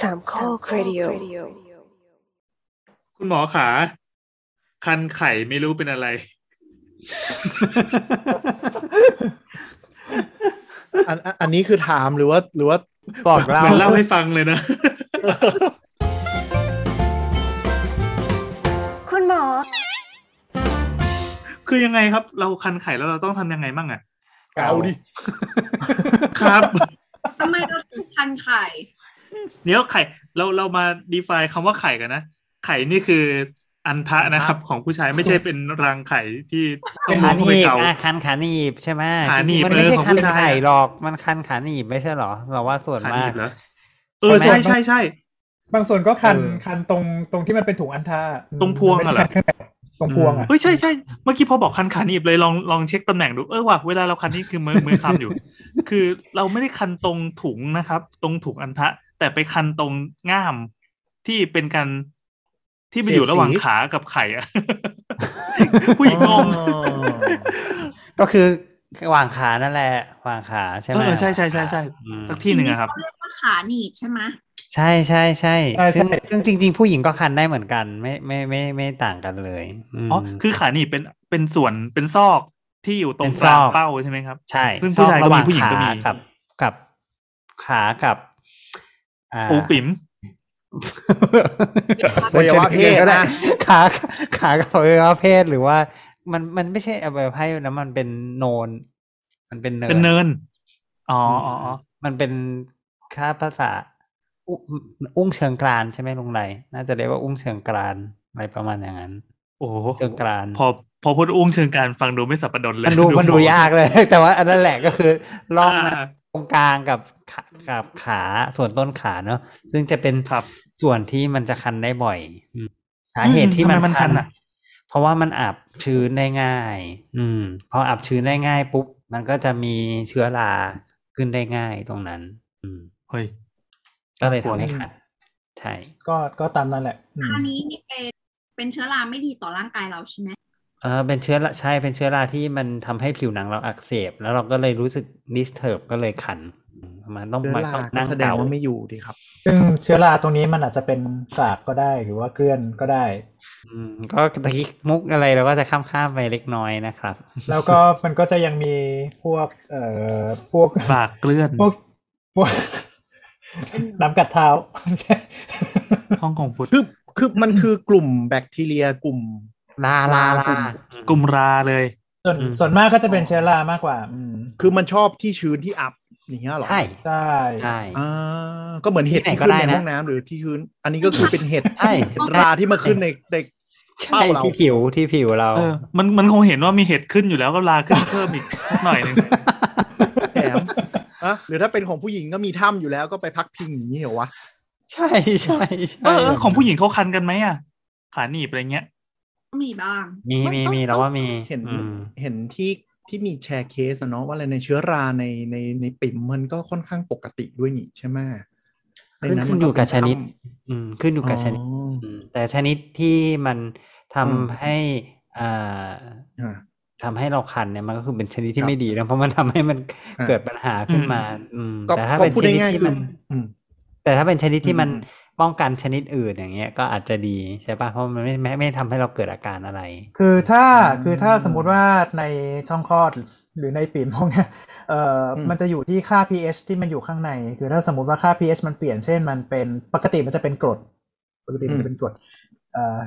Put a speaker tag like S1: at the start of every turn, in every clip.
S1: สามข้อครดิโอ
S2: คุณหมอขา คันไข่ไม่รู้เป็นอะไร
S3: อันอันอันนี้คือถามหรือว่าหรือว่าบอกเรา
S2: มันเล่าให้ฟังเลยนะ
S1: คุณหมอ
S2: คือยังไงครับ เราคันไข่แล้วเราต้องทำยังไงบ้างอะ
S3: เกาดิ
S2: ครับ
S4: ทำไมเราถึงคันไข่
S2: เดี๋ยวไข่เราเรามา define คำว่าไข่กันนะ ไข่นี่คืออันทะนะครับ ของผู้ชายไม่ใช่เป็นรังไข่ที่ต้อง
S5: ขา
S2: ล้วง
S5: ห
S2: เข้าไป
S5: นีบ
S2: เกา
S5: อ่ะคันขาหนีบใช่ไหม
S2: ขาหนีบ
S5: จริ
S2: เออ
S5: งๆมันไม่ใช่
S2: ของ
S5: คั
S2: ผู้
S5: น
S2: ชาย
S5: ไข่หรอกมันคันขาหนีบไม่ใช่หรอ เราว่าส่วน
S2: ขาห
S5: มา
S2: นี
S5: ก
S2: บเหรอเออใช่ใช่ใช่
S6: บางส่วนก็คัน
S3: เออ
S6: คันตรงตรงที่มันเป็นถุงอันท่า
S2: ตรงพวงอะเหรอ
S6: มันไม่ได้คันข้างในตรงพวงอ่ะ
S2: เฮ้ยใช่ใช่เมื่อกี้พอบอกคันขาหนีบเลยลองลองเช็คตำแหน่งดูเออว่ะเวลาเราคันนี่คือมือมือคำอยู่ คือเราไม่ได้คันตรงถุงนะครับ ตรงถุงอันทะ แต่ไปคันตรงง่ามที่เป็นการที่มันอยู่ระหว่างขากับไข่ อะ ผู้หญิงงง
S3: อ๋อ
S5: ก็คือวางขานั่นแหละวางขาใช่ไหม
S2: เออใช่ใช่ใช่ใช่
S5: อืม
S2: สักที่หนึ่งอะครับ
S4: เรียกว่าขาหนีบใช่ไหม
S5: ใช่ใช่ใช่
S6: ใช่
S5: ซึ่
S6: ใช่
S5: งซึ่งจริง ๆ ผู้หญิงก็คันได้เหมือนกัน ไม่ไม่ไม่ไม่ไม่ต่างกันเลยม
S2: อ๋อคือขาหนีบเป็นเป็นส่วนเป็นซอกที่อยู่ตรง
S5: เป็น
S2: ก
S5: ซ
S2: ลา
S5: อง ก
S2: เป้าใช่ไหมครับ
S5: ใช่
S2: ซึ่งผู้ชายก็มี
S5: ระว่
S2: ผู้หญิงก็มี
S5: ขากับกับขากับา
S2: โอปิ๋ม
S3: อวัยวะเพศ
S5: ก็ได้
S3: นะ
S5: ขาขากับอวัยวะเพศหรือว่า มันมันไม่ใช่อวัยวะเพศนะมันเป็นโนน มันเป็นเนิน
S2: เป็นเนินอ๋ออ๋ออ๋อ
S5: มันเป็นค่าภาษาอุอุ้งเชิงกรานใช่ไหมลุงไรน่าจะเรียกว่าอุ้งเชิงกรานอะไรประมาณอย่างนั้น
S2: โอ้โห
S5: เชิงกราน
S2: พอพอพูดอุ้งเชิงการฟังดูไม่สับปะดนเลย
S5: มันดูมันดูยากเลย แต่ว่าอันนั้นแหละก็คือล่องนะ
S2: อ่า
S5: ตรงกลางกับขากับขาส่วนต้นขาเนอะซึ่งจะเป็น
S2: ครับ
S5: ส่วนที่มันจะคันได้บ่อยอืมสาเหตุที่มัน
S2: ทำไมมันคันอะ
S5: เพราะว่ามันอับชื้นได้ง่าย อืม พออับชื้นได้ง่ายปุ๊บมันก็จะมีเชื้อราขึ้นได้ง่ายตรงนั้น อืม
S2: เฮ้ย
S5: ก็เลยทำให้คันใช่
S6: ก็ก็ตามนั้นแหละอืม
S4: อันนี้นี่เป็นเป็นเชื้อราไม่ดีต่อร่างกายเราใช่ไหม
S5: เออเป็นเชื้อราใช่เป็นเชื้อราที่มันทำให้ผิวหนังเราอักเสบ แล้วเราก็เลยรู้สึกดิสเทิร์บก็เลยขันอืมมันต้อง
S3: เดือน
S5: มา
S3: ลา
S5: ต้อง
S3: ก็
S5: นั่ง
S3: แสดง
S5: เกา
S3: ว่าไม่อยู่ดีครับ
S6: ซึ่งเชื้อราตรงนี้มันอาจจะเป็นกากก็ได้หรือว่าเกลื่อนก็ได้
S5: อืมก็ตะกี้มุกอะไรเราก็จะข้ามข้ามๆไปเล็กน้อยนะครับ
S6: แล้ว ก็มันก็จะยังมีพวก เอ่อพวก
S2: ปากเกลื่อน
S6: พวกพวกน้ำกัดเท้า ไม่ใช่
S2: ห้องของฟุต
S3: คือคือมันคือกลุ่มแบคทีเรียกลุ่ม
S5: ลาลาลาก
S2: ลุ่มราเลย
S6: ส่วน
S5: อืม
S6: ส่วนมากก็จะเป็นเชื้อรามากกว่า อืม
S3: คือมันชอบที่ชื้นที่อับอย่างเงี้ยเหรอ
S5: ใช่
S6: ใช่
S5: ใช่
S3: อ่าก็เหมือนเห็ด
S5: ที่
S3: ที่
S5: ไหน
S3: ขึ้
S5: ก็
S3: นใน
S5: ได้นะ
S3: ห้องน้ำหรือที่ชื้น อันนี้ก็คือเป็นเห็ด
S5: ใช่
S3: เห็ดราที่มาขึ้นในใน
S5: ใช่
S3: เป้าเรา
S5: ที่ผิวที่ผิวเรา
S2: เออ มันมันคงเห็นว่ามีเห็ดขึ้นอยู่แล้วก็ราขึ้นเพิ่มอีกสักหน่อยหนึ่ง
S3: แถมอ่ะหรือถ้าเป็นของผู้หญิงก็มีถ้ำอยู่แล้วก็ไปพักพิงอย่างนี้เหรอวะ
S5: ใช่ใช่
S2: เอ
S5: ใช่
S2: อเออของผู้หญิงเขาคันกันไหมอ่ะ ขาหนีบอะไรเงี้ย
S4: ก็มีบ้าง
S5: มีมีมีเราว่ามี
S3: เห็น
S5: อืม
S3: เห็นที่ที่มีแชร์เคสอะเนาะว่าอะไรในเชื้อราในในในปิ่มมันก็ค่อนข้างปกติด้วยนี่ใช่ไหม
S5: ขึ้น
S3: ใมั
S5: ขึ้นอยู่กับชนิด อืม ขึ้นอยู่
S3: เป็
S5: กับ
S3: น
S5: ช
S3: ถ้ำ
S5: นิด
S3: อ๋อ
S5: อืมแต่ชนิดที่มัน
S3: อื
S5: ทำ
S3: ม
S5: ให้อ่า
S3: อ่ะ
S5: ทำให้เราคันเนี่ยมันก็คือเป็นชนิด
S3: ค
S5: ที่
S3: รับ
S5: ไม่ดีนะเพราะมันทำให้มัน
S3: อ่า
S5: เกิดปัญหาขึ้นมา อืม
S3: ก็
S5: แต่ถ้า
S3: ก็
S5: เป็น
S3: พูด
S5: ชนิด
S3: ง่ายๆ
S5: ที่
S3: คือ
S5: มัน
S3: อืม
S5: แต่ถ้าเป็นชนิดที่มัน
S3: อืม
S5: ป้องกันชนิดอื่นอย่างเงี้ยก็อาจจะดีใช่ป่ะเพราะมันไม่ไม่ไม่ทำให้เราเกิดอาการอะไร
S6: คือถ้า
S3: อืม
S6: คือถ้าสมมุติว่าในช่องคลอดหรือในปีมพวกเนี้ยเอ่ออ
S3: ม
S6: มันจะอยู่ที่ค่า pH ที่มันอยู่ข้างใน คือถ้าสมมติว่าค่า pH มันเปลี่ยนเช่นมันเป็นปกติมันจะเป็นกรด ปกติมันจะเป็นกรดเอ่อ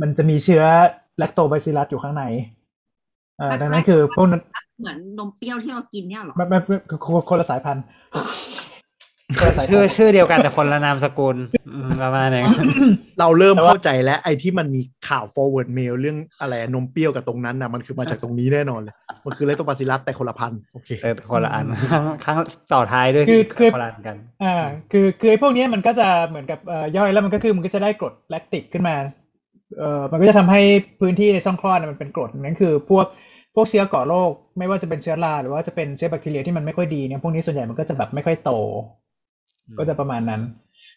S6: มันจะมีเชื้อแลคโตไบซิลลัสอยู่ข้างในเอ่อดังนั้นคือพวกนั้น
S4: เหมือนนมเปรี้ยวที่เรากินเนี่ยเหรอ
S6: มันมันมันคือคนละสายพันธุ์คนละสายพัน
S5: ชื่อ
S6: ธุ์
S5: ชื่อเดียวกันแต่คนละนามสกุลอืมประมาณอย่างนั้น
S3: เราเริ่ม
S6: แต่ว่า
S3: เข้าใจแล้ว ไอ้ที่มันมีข่าว forward mail เรื่องอะไรนมเปรี้ยวกับตรงนั้นนะมันคือมาจากตรงนี้แน่นอนเลย มันคือเลตโตบาซิลัสแต่คนละพันธุ์โอเค
S5: เออคนละอันครั้งครั้งต่อท้ายด้วย
S6: คือคือ
S5: คนละอันกัน
S6: อ่าคือคือไอ้พวกเนี้ยมันก็จะเหมือนกับเอ่อย่อยแล้วมันก็คือมันก็จะได้กรดแลคติกขึ้นมาเอ่อมันก็จะทำให้พื้นที่ในช่องคลอดน่ะมันเป็นกรดนั่นคือพวกพวกเชื้อก่อโรคไม่ว่าจะเป็นเชื้อราหรือว่าจะเป็นเชื้อแบคทีเรียที่มันไม่ค่อยดีเนี่ยพวกนี้ส่วนใหญ่มันก็จะแบบไม่ค่อยโต ก็จะประมาณนั้น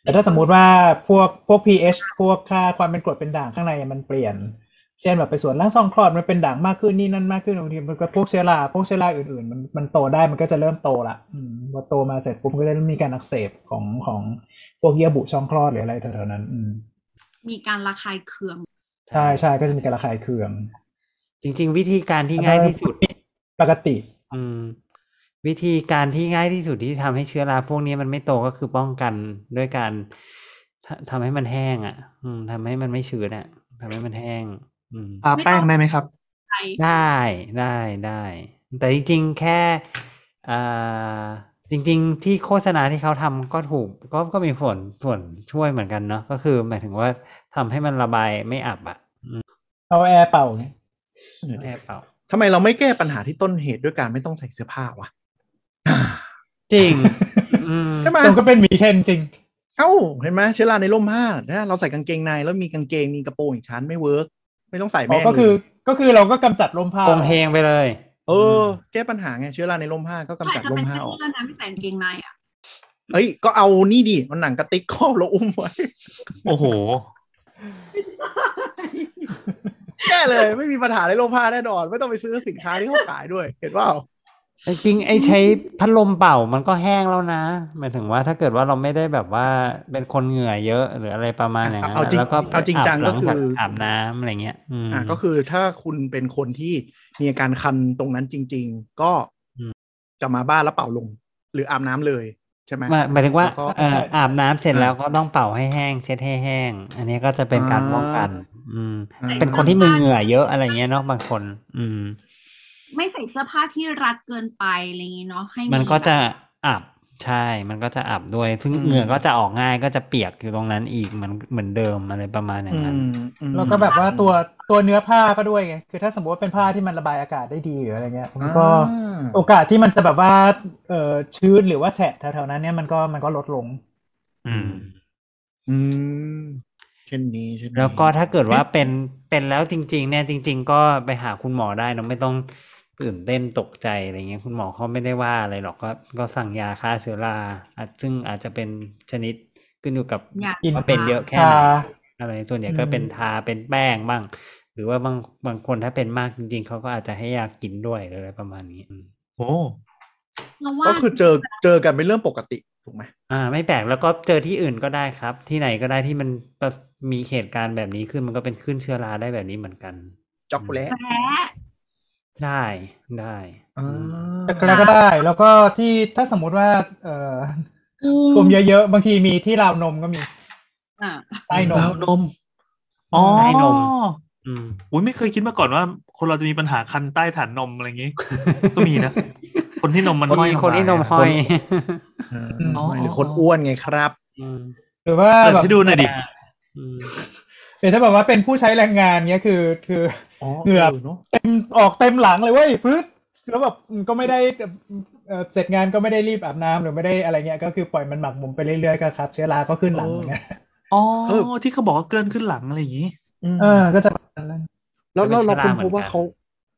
S6: แต่ถ้าสมมุติว่าพวกพวก pH พวกค่าความเป็นกรดเป็นด่างข้างในมันเปลี่ยน เช่นแบบไปสวนล่างช่องคลอดมันเป็นด่างมากขึ้นนี่นั่นมากขึ้นบางทีมันก็พวกเชื้อราพวกเชื้อราอื่นๆ มันมันโตได้มันก็จะเริ่มโตละอืมพอโตมาเสร็จปุ๊บมันก็จะเริ่มมีการอักเสบของของพวกเยื่อบุช่องคลอดหรืออะไรแถวๆนั้นอืม
S4: มีการระคายเคือง
S6: ใช่ใช่ก็จะมีการระคายเคือง
S5: จริง ๆ วิธีการที่ง่ายที่สุด
S6: ปกติ
S5: อืม วิธีการที่ง่ายที่สุดที่ทำให้เชื้อราพวกนี้มันไม่โตก็คือป้องกันด้วยการทำทำให้มันแห้ง อ่ะ อืมทำให้มันไม่ชื้นอ่ะทำให้มันแห้ง อืม
S2: ทาแป้งได้ไหมครับ
S4: ใช่
S5: ได้ได้ได้ แต่จริงๆ แค่อ่าจริง ๆ ที่โฆษณาที่เขาทำก็ถูก ก็ก็มีส่วนส่วนช่วยเหมือนกันเนาะก็คือหมายถึงว่าทำให้มันระบายไม่อับอ่ะ
S6: เอาแอร์เป่าไง
S5: แอบเปล่า
S3: ทำไมเราไม่แก้ปัญหาที่ต้นเหตุด้วยการไม่ต้องใส่เสื้อผ้าวะ
S5: จริง อืม
S3: ใช่ไหม
S6: มันก็เป็นหมีเทนจริง
S3: เอ้าเห็นไหมเชื้อราในร่มผ้านะเราใส่กางเกงในแล้วมีกางเกงมีกระโปรงอีกชั้นไม่เวิร์กไม่ต้องใส่
S6: อ๋อ
S3: แม่ง
S6: ก็คือ
S3: เลย
S6: ก็คือเราก็กำจัดลมพา
S5: โกงเฮงไปเลย
S3: เออ แก้ปัญหาไงเชื้อราในร่มผ้าก็กำจัด
S4: ถ้า
S3: ร่
S4: เป็
S3: ม
S4: น
S3: ผ้า
S4: เสื้อ
S3: ออก
S4: ผ้านะไม่ใส่กางเกงในอ่ะ
S3: เอ้ยก็เอานี่ดิเอาหนังกระติกครอบแล้วอุ้มไว้
S2: โอ้โห
S3: แก้เลยไม่มีปัญหาในร่มผ้าแน่นอน ไม่ต้องไปซื้อสินค้าที่เขาขายด้วย เห็นเปล่า
S5: จริงๆไอ้ใช้พัดลมเป่ามันก็แห้งแล้วนะ หมายถึงว่าถ้าเกิดว่าเราไม่ได้แบบว่าเป็นคนเหงื่อเยอะหรืออะไรประมาณอย่างนั้น
S3: เอา
S5: อะ
S3: จริง
S5: แล้วก็
S3: เอาจริงจัง
S5: บห
S3: ก็
S5: ลั
S3: คือ
S5: จาก
S3: อ
S5: อาบน้ำอะไรเงี้ย อืม
S3: อ่ะก็คือถ้าคุณเป็นคนที่มีอาการคันตรงนั้นจริง ๆ ก็
S5: อืม
S3: จะมาบ้านแล้วเป่าลมหรืออาบน้ำเลยใช่ไหม
S5: หมายหมายถึงว่า
S3: แล้วก็
S5: เอ่ออาบน้ำเสร็จ
S3: อ่า
S5: แล้วก็ต้องเป่าให้แห้ง เช็ดให้แห้ง อันนี้ก็จะเป็นการ
S3: อ่า
S5: ป้องกัน อืม
S3: อ่า
S5: เป็นคนที่มีเหงื่อเยอะอะไรเงี้ยเนาะบางคน อืม
S4: ไม่ใส่เสื้อผ้าที่รัดเกินไปอะไรอย่างงี้เนาะให้
S5: มันก็จะ
S4: แบบ
S5: อับใช่ มันก็จะอับด้วย ซึ่ง
S3: อืม
S5: เหงื่อก็จะออกง่ายก็จะเปียกอยู่ตรงนั้นอีกเหมือนเหมือนเดิมอะไรประมาณอย่างนั้น
S3: อืมอืม
S6: แล้วก็แบบว่าตัวตัวเนื้อผ้าก็ด้วยไงคือถ้าสมมติว่าเป็นผ้าที่มันระบายอากาศได้ดีหรืออะไรเงี้ยมันก็
S3: อ่า
S6: โอกาสที่มันจะแบบว่าเอ่อชื้นหรือว่าแฉะแถวๆนั้นเนี่ยมันก็มันก็ลดลง
S2: อืม
S3: อืมเช่นนี้เช่นนี้
S5: แล้วก็ถ้าเกิดว่าเป็นเป็นแล้วจริง ๆ เนี่ยจริง ๆ ก็ไปหาคุณหมอได้เนอะไม่ต้องตื่นเต้นตกใจอะไรเงี้ยคุณหมอเขาไม่ได้ว่าอะไรหรอกก็ก็สั่งยาฆ่าเชื้อราอาจซึ่งอาจจะเป็นชนิดขึ้นอยู่กับ
S4: อยาก
S6: กิน
S5: ว่าเป็นเยอะแค่ไหน
S6: ทา
S5: อะไรส่วนใหญ่ก็เป็นทาเป็นแป้งบ้าง หรือว่าบางบางคนถ้าเป็นมากจริง ๆเขาก็อาจจะให้ยากินด้วยหรืออะไรประมาณนี้อืม
S2: โอ้
S4: เราว่า
S3: ก็คือเจอเจอกันเป็นเรื่องปกติถูกไหม
S5: อ่า ไม่แปลกแล้วก็เจอที่อื่นก็ได้ครับ ที่ไหนก็ได้ที่มันประมีเหตุการณ์แบบนี้ขึ้นมันก็เป็นขึ้นเชื้อราได้แบบนี้เหมือนกัน
S3: จ็อกโกแลต
S4: แพ้
S5: ได้ได้อืม
S6: แต่ก็ก็ได้ แล้วก็ที่ถ้าสมมุติว่าเอ่ออก
S4: ก
S6: ลุ่มเยอะๆบางทีมีที่ราวนมก็มี
S4: อ่ะ
S6: ใต้นม
S2: ราวนม อ๋อ
S5: อืม
S2: อุ้ยไม่เคยคิดมาก่อนว่า คนเราจะมีปัญหาคันใต้ฐานนมอะไรอย่างงี้ ก็มีนะ คนที่นมมัน
S5: คน
S2: ห้อยลง
S5: คนที่นม
S2: มา
S5: ห้อย
S3: อ่า
S6: อืม
S3: หรือคนอ้วนไงครับ
S6: หรือว่า
S2: เปิด
S6: แบบ
S2: ให้ดูหน่อยดิ
S5: อืม
S6: หรือถ้าแบบว่าเป็นผู้ใช้แรงงานเนี้ยคือคือ
S3: อ๋อ
S6: เหงื่อ
S3: เนาะ
S6: เต็มออกเต็มหลังเลยเว้ยพื้นแล้วแบบก็ไม่ได้เอ่อเสร็จงานก็ไม่ได้รีบอาบน้ำหรือไม่ได้อะไรเงี้ยก็คือปล่อยมันหมักหมมไปเรื่อยๆก็ครับ เชื้อราก็ขึ้นหลังเหมือนกัน
S2: อ๋อที่เขาบอกว่าเกินขึ้นหลังอะไรอย่างงี้
S3: อืม
S6: เออก็จะประมาณนั้น
S3: แล้วแล้วเราคนพบว่าเขา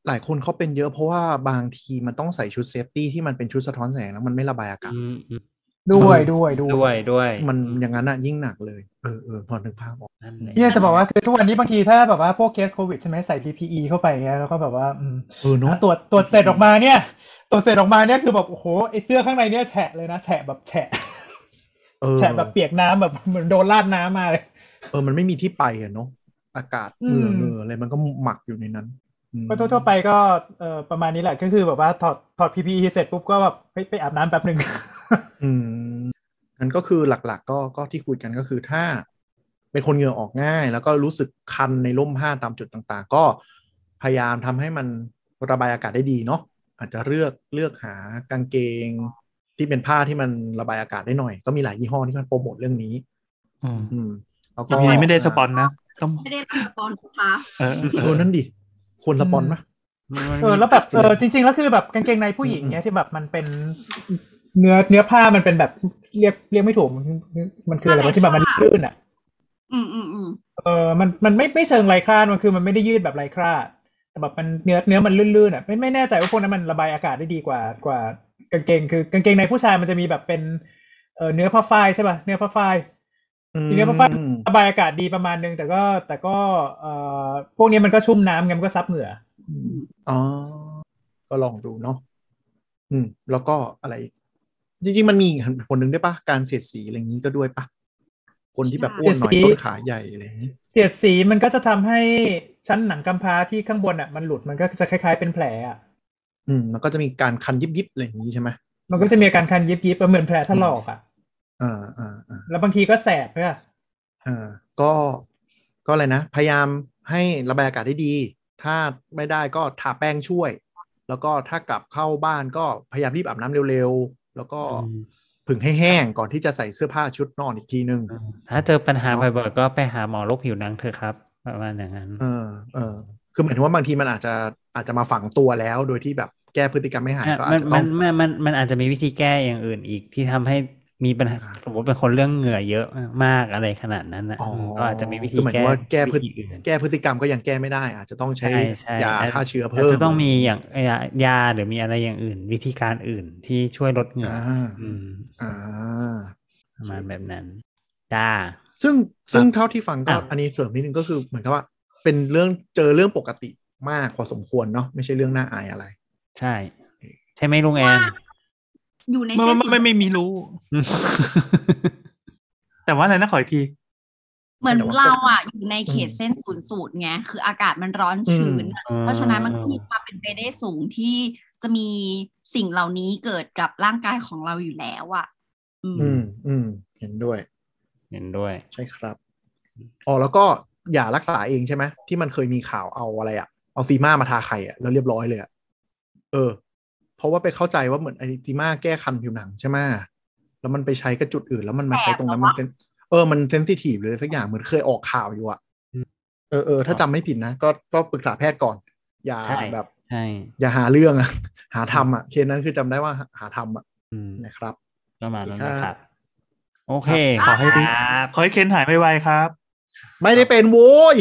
S3: หลายคนเขาเป็นเยอะเพราะว่าบางทีมันต้องใส่ชุดเซฟตี้ที่มันเป็นชุดสะท้อนแสงแล้วมันไม่ระบายอากาศ
S5: อืมอืม
S6: ด้วยด้วยด้
S5: ด้
S6: ว
S5: วย ยด้วย
S3: มันอย่างนั้นอ่ะยิ่งหนักเลย เออเออพอนึกภาพออก
S5: นั่นแหล
S6: เนี่ยจะบอกว่าคือทุกวันนี้บางทีถ้าแบบว่าพวกเคสโควิดใช่ไหมใส่ PPE เข้าไปเงี้ยแล้วก็แบบว่าอืม
S3: เออเนาะ
S6: ตรวจตรวจเสร็จออกมาเนี่ยตรวจเสร็จออกมาเนี่ยคือแบบโอ้โหไอเสื้อข้างในเนี่ยแฉะเลยนะแฉะแบบแฉะ
S3: เออ
S6: แฉะแบบเปียกน้ำแบบเหมือนโดนราดน้ำมาเลย
S3: เออมันไม่มีที่ไปอ่ะเนาะอากาศ
S6: อื
S3: เห
S6: ม
S3: งื่อเหงื่ออะไรมันก็หมักอยู่ในนั้นอืม
S6: ก็ทั่วๆไปก็เอ่อประมาณนี้แหละก็คือแบบว่าถอดถอด PPE เสร็จปุ๊บก็แบบไปไปอาบน้ำแป๊บหนึ่ง
S3: อืมงั้นก็คือหลักๆ ก็ก็ที่คุยกันก็คือถ้าเป็นคนเหงื่อออกง่าย แล้วก็รู้สึกคันในร่มผ้าตามจุดต่างๆ ก็พยายามทำให้มันระบายอากาศได้ดีเนาะอาจจะเลือกเลือกหากางเกง ที่เป็นผ้าที่มันระบายอากาศได้หน่อย ก็มีหลายยี่ห้อที่มันโปรโมทเรื่องนี้
S2: อืม
S3: อืมแล้วก็
S2: ทีนี้ไม่ได้สปอนนะต้อง
S4: ไม่ได้รับสปอนเซอร์คะ
S2: เออ
S3: เออนั่นดิควรสปอนปะ
S5: มัน
S6: เออแล้วแบบเออจริงๆแล้วคือแบบกางเกงในผู้หญิงเนี่ยที่แบบมันเป็นเนื้อเนื้อผ้ามันเป็นแบบเรียกเรียกไม่ถูกมันมันคืออะไรวะที่แบบมันลื่นอ่ะ
S4: อืมอืมอืม
S6: เออมันมันไม่ไม่เชิงไรคราดมันคือมันไม่ได้ยืดแบบไรคราดแต่แบบมันเนื้อเนื้อมันลื่นๆอ่ะไม่ไม่แน่ใจว่าพวกนั้นมันระบายอากาศได้ดีกว่ากว่ากางเกงคือกางเกงในผู้ชายมันจะมีแบบเป็นเออเนื้อผ้าฝ้ายใช่ป่ะเนื้อผ้าฝ้าย จริงๆแล้วฟ้าระบายอากาศดีประมาณนึง แต่ก็แต่ก็เอ่อพวกนี้มันก็ชุ่มน้ำไงมันก็ซับเหงื่อ
S3: อ๋อ ก็ลองดูเนาะ อืม แล้วก็อะไรอีกจริง ๆ มันมีอีกผลหนึ่งด้วยปะการเสียดสีอะไรอย่างนี้ก็ด้วยปะคนที่แบบอ้วนหน่อย
S6: เสียดสี
S3: ต้นขาใหญ่อะไรอย่างนี้
S6: เสียดสีมันก็จะทำให้ชั้นหนังกำพร้าที่ข้างบนอ่ะมันหลุดมันก็จะคล้ายๆเป็นแผลอ่ะ
S3: อืม มันก็จะมีการคันยิบยิบๆอะไรอย่างนี้ใช่ไหม
S6: มันก็จะมีอาการคันยิบยิบๆเหมือนแผลถลอกอ่ะ
S3: อ่าอ่าอ่า
S6: แล้วบางทีก็แสบเพื่อ
S3: อ่าก็ ก็อะไรนะ พยายามให้ระบายอากาศได้ดี ถ้าไม่ได้ก็ทาแป้งช่วย แล้วก็ถ้ากลับเข้าบ้านก็พยายามรีบอาบน้ำเร็วๆ แล้วก็
S5: อืม
S3: ผึ่งให้แห้งก่อนที่จะใส่เสื้อผ้าชุดนอนอีกทีนึง
S5: ถ้าเจอปัญหาบ่อยๆก็ไปหาหมอโรคผิวหนังเถอะครับ ประมาณอย่างนั้น
S3: เออเออคือหมายถึงว่าบางทีมันอาจจะอาจจะมาฝังตัวแล้วโดยที่แบบแก้พฤติกรรมไม่หาย
S5: อ่ะ
S3: ก็อาจ
S5: มัน
S3: จะ
S5: มั
S3: ต้อน ง
S5: มันมันมันอาจจะมีวิธีแก้อย่างอื่นอีกที่ทำให้มีปัญหา
S3: อ่า
S5: สมมติเป็นคนเรื่องเหงื่อเยอะมากอะไรขนาดนั้นนะ
S3: อ๋อ
S5: มก็อาจจะมีวิธี
S3: คือหมายถึง
S5: แก้
S3: ว่าแก้พฤ
S5: วิ
S3: ติ
S5: ธีอื่น
S3: แก้พฤติกรรมก็ยังแก้ไม่ได้ อาจจะต้องใช้
S5: ใช่
S3: ยา
S5: ใช่
S3: ฆ่าเชื้อ
S5: จ
S3: เพิ่ม
S5: จะต้องมีอย่างยายาหรือมีอะไรอย่างอื่น วิธีการอื่นที่ช่วยลดเหงื่อ
S3: อ่า
S5: ออืม
S3: อ่า
S5: ประมาณแบบนั้นจ้า
S3: ซึ่งซึ่งเท่าที่ฟังก็
S5: อ่ะ
S3: อันนี้เสริมนิดนึงก็คือเหมือนกับว่า เป็นเรื่องเจอเรื่องปกติมากพอสมควรเนาะไม่ใช่เรื่องน่าอายอะไร
S5: ใช่ ใช่ไหมลุงแอน
S4: อยู่ใน
S2: ไม่
S4: เส้น
S2: ไม่ไม่ไม่มีรู้
S5: อืม
S2: แต่ว่าอะไรนะขออีกที
S4: เหมือน
S3: แต่ว่า
S4: เราอ่ะอยู่ในเขต
S3: อืม
S4: เส้นศูนย์สูตรไงคืออากาศมันร้อนชื้นอะเพราะฉะนั้นมันก็มีความเป็นไปได้สูงที่จะมีสิ่งเหล่านี้เกิดกับร่างกายของเราอยู่แล้วอ่ะ อืม
S3: ืมอืมเห็นด้วย
S5: เห็นด้วย
S3: ใช่ครับอ๋อแล้วก็อย่ารักษาเองใช่ไหมที่มันเคยมีข่าวเอาอะไรอะเอาซีมามาทาไข่อะแล้วเรียบร้อยเลยอะเออ เพราะว่าไปเข้าใจว่าเหมือนไอซีมาแก้คันผิวหนังใช่ไหมแล้วมันไปใช้กับจุดอื่น แล้วมันมาใช้ตรงนั้นมันเซนเออมันเซนซิทีฟเลยสักอย่างเหมือนเคยออกข่าวอยู่อะเออเออถ้าจำไม่ผิดนะก็ก็ปรึกษาแพทย์ก่อน อย่า
S5: ใช่
S3: แบบ
S5: ใช่
S3: อย่าหาเรื่องอะ หาทำอะเคสนั้นคือจำได้ว่าหาทำอะ
S5: อืม
S3: นะครับ
S5: ประมาณนั้น
S3: ครับ
S5: นะครับ โอเค
S2: ข
S5: ข
S2: อ
S5: อ
S2: ให้
S5: ให้
S2: ดี
S5: ครับ
S2: ขอให้เคนหายไวๆครับ
S3: ไม่ได้เป็นโว้ย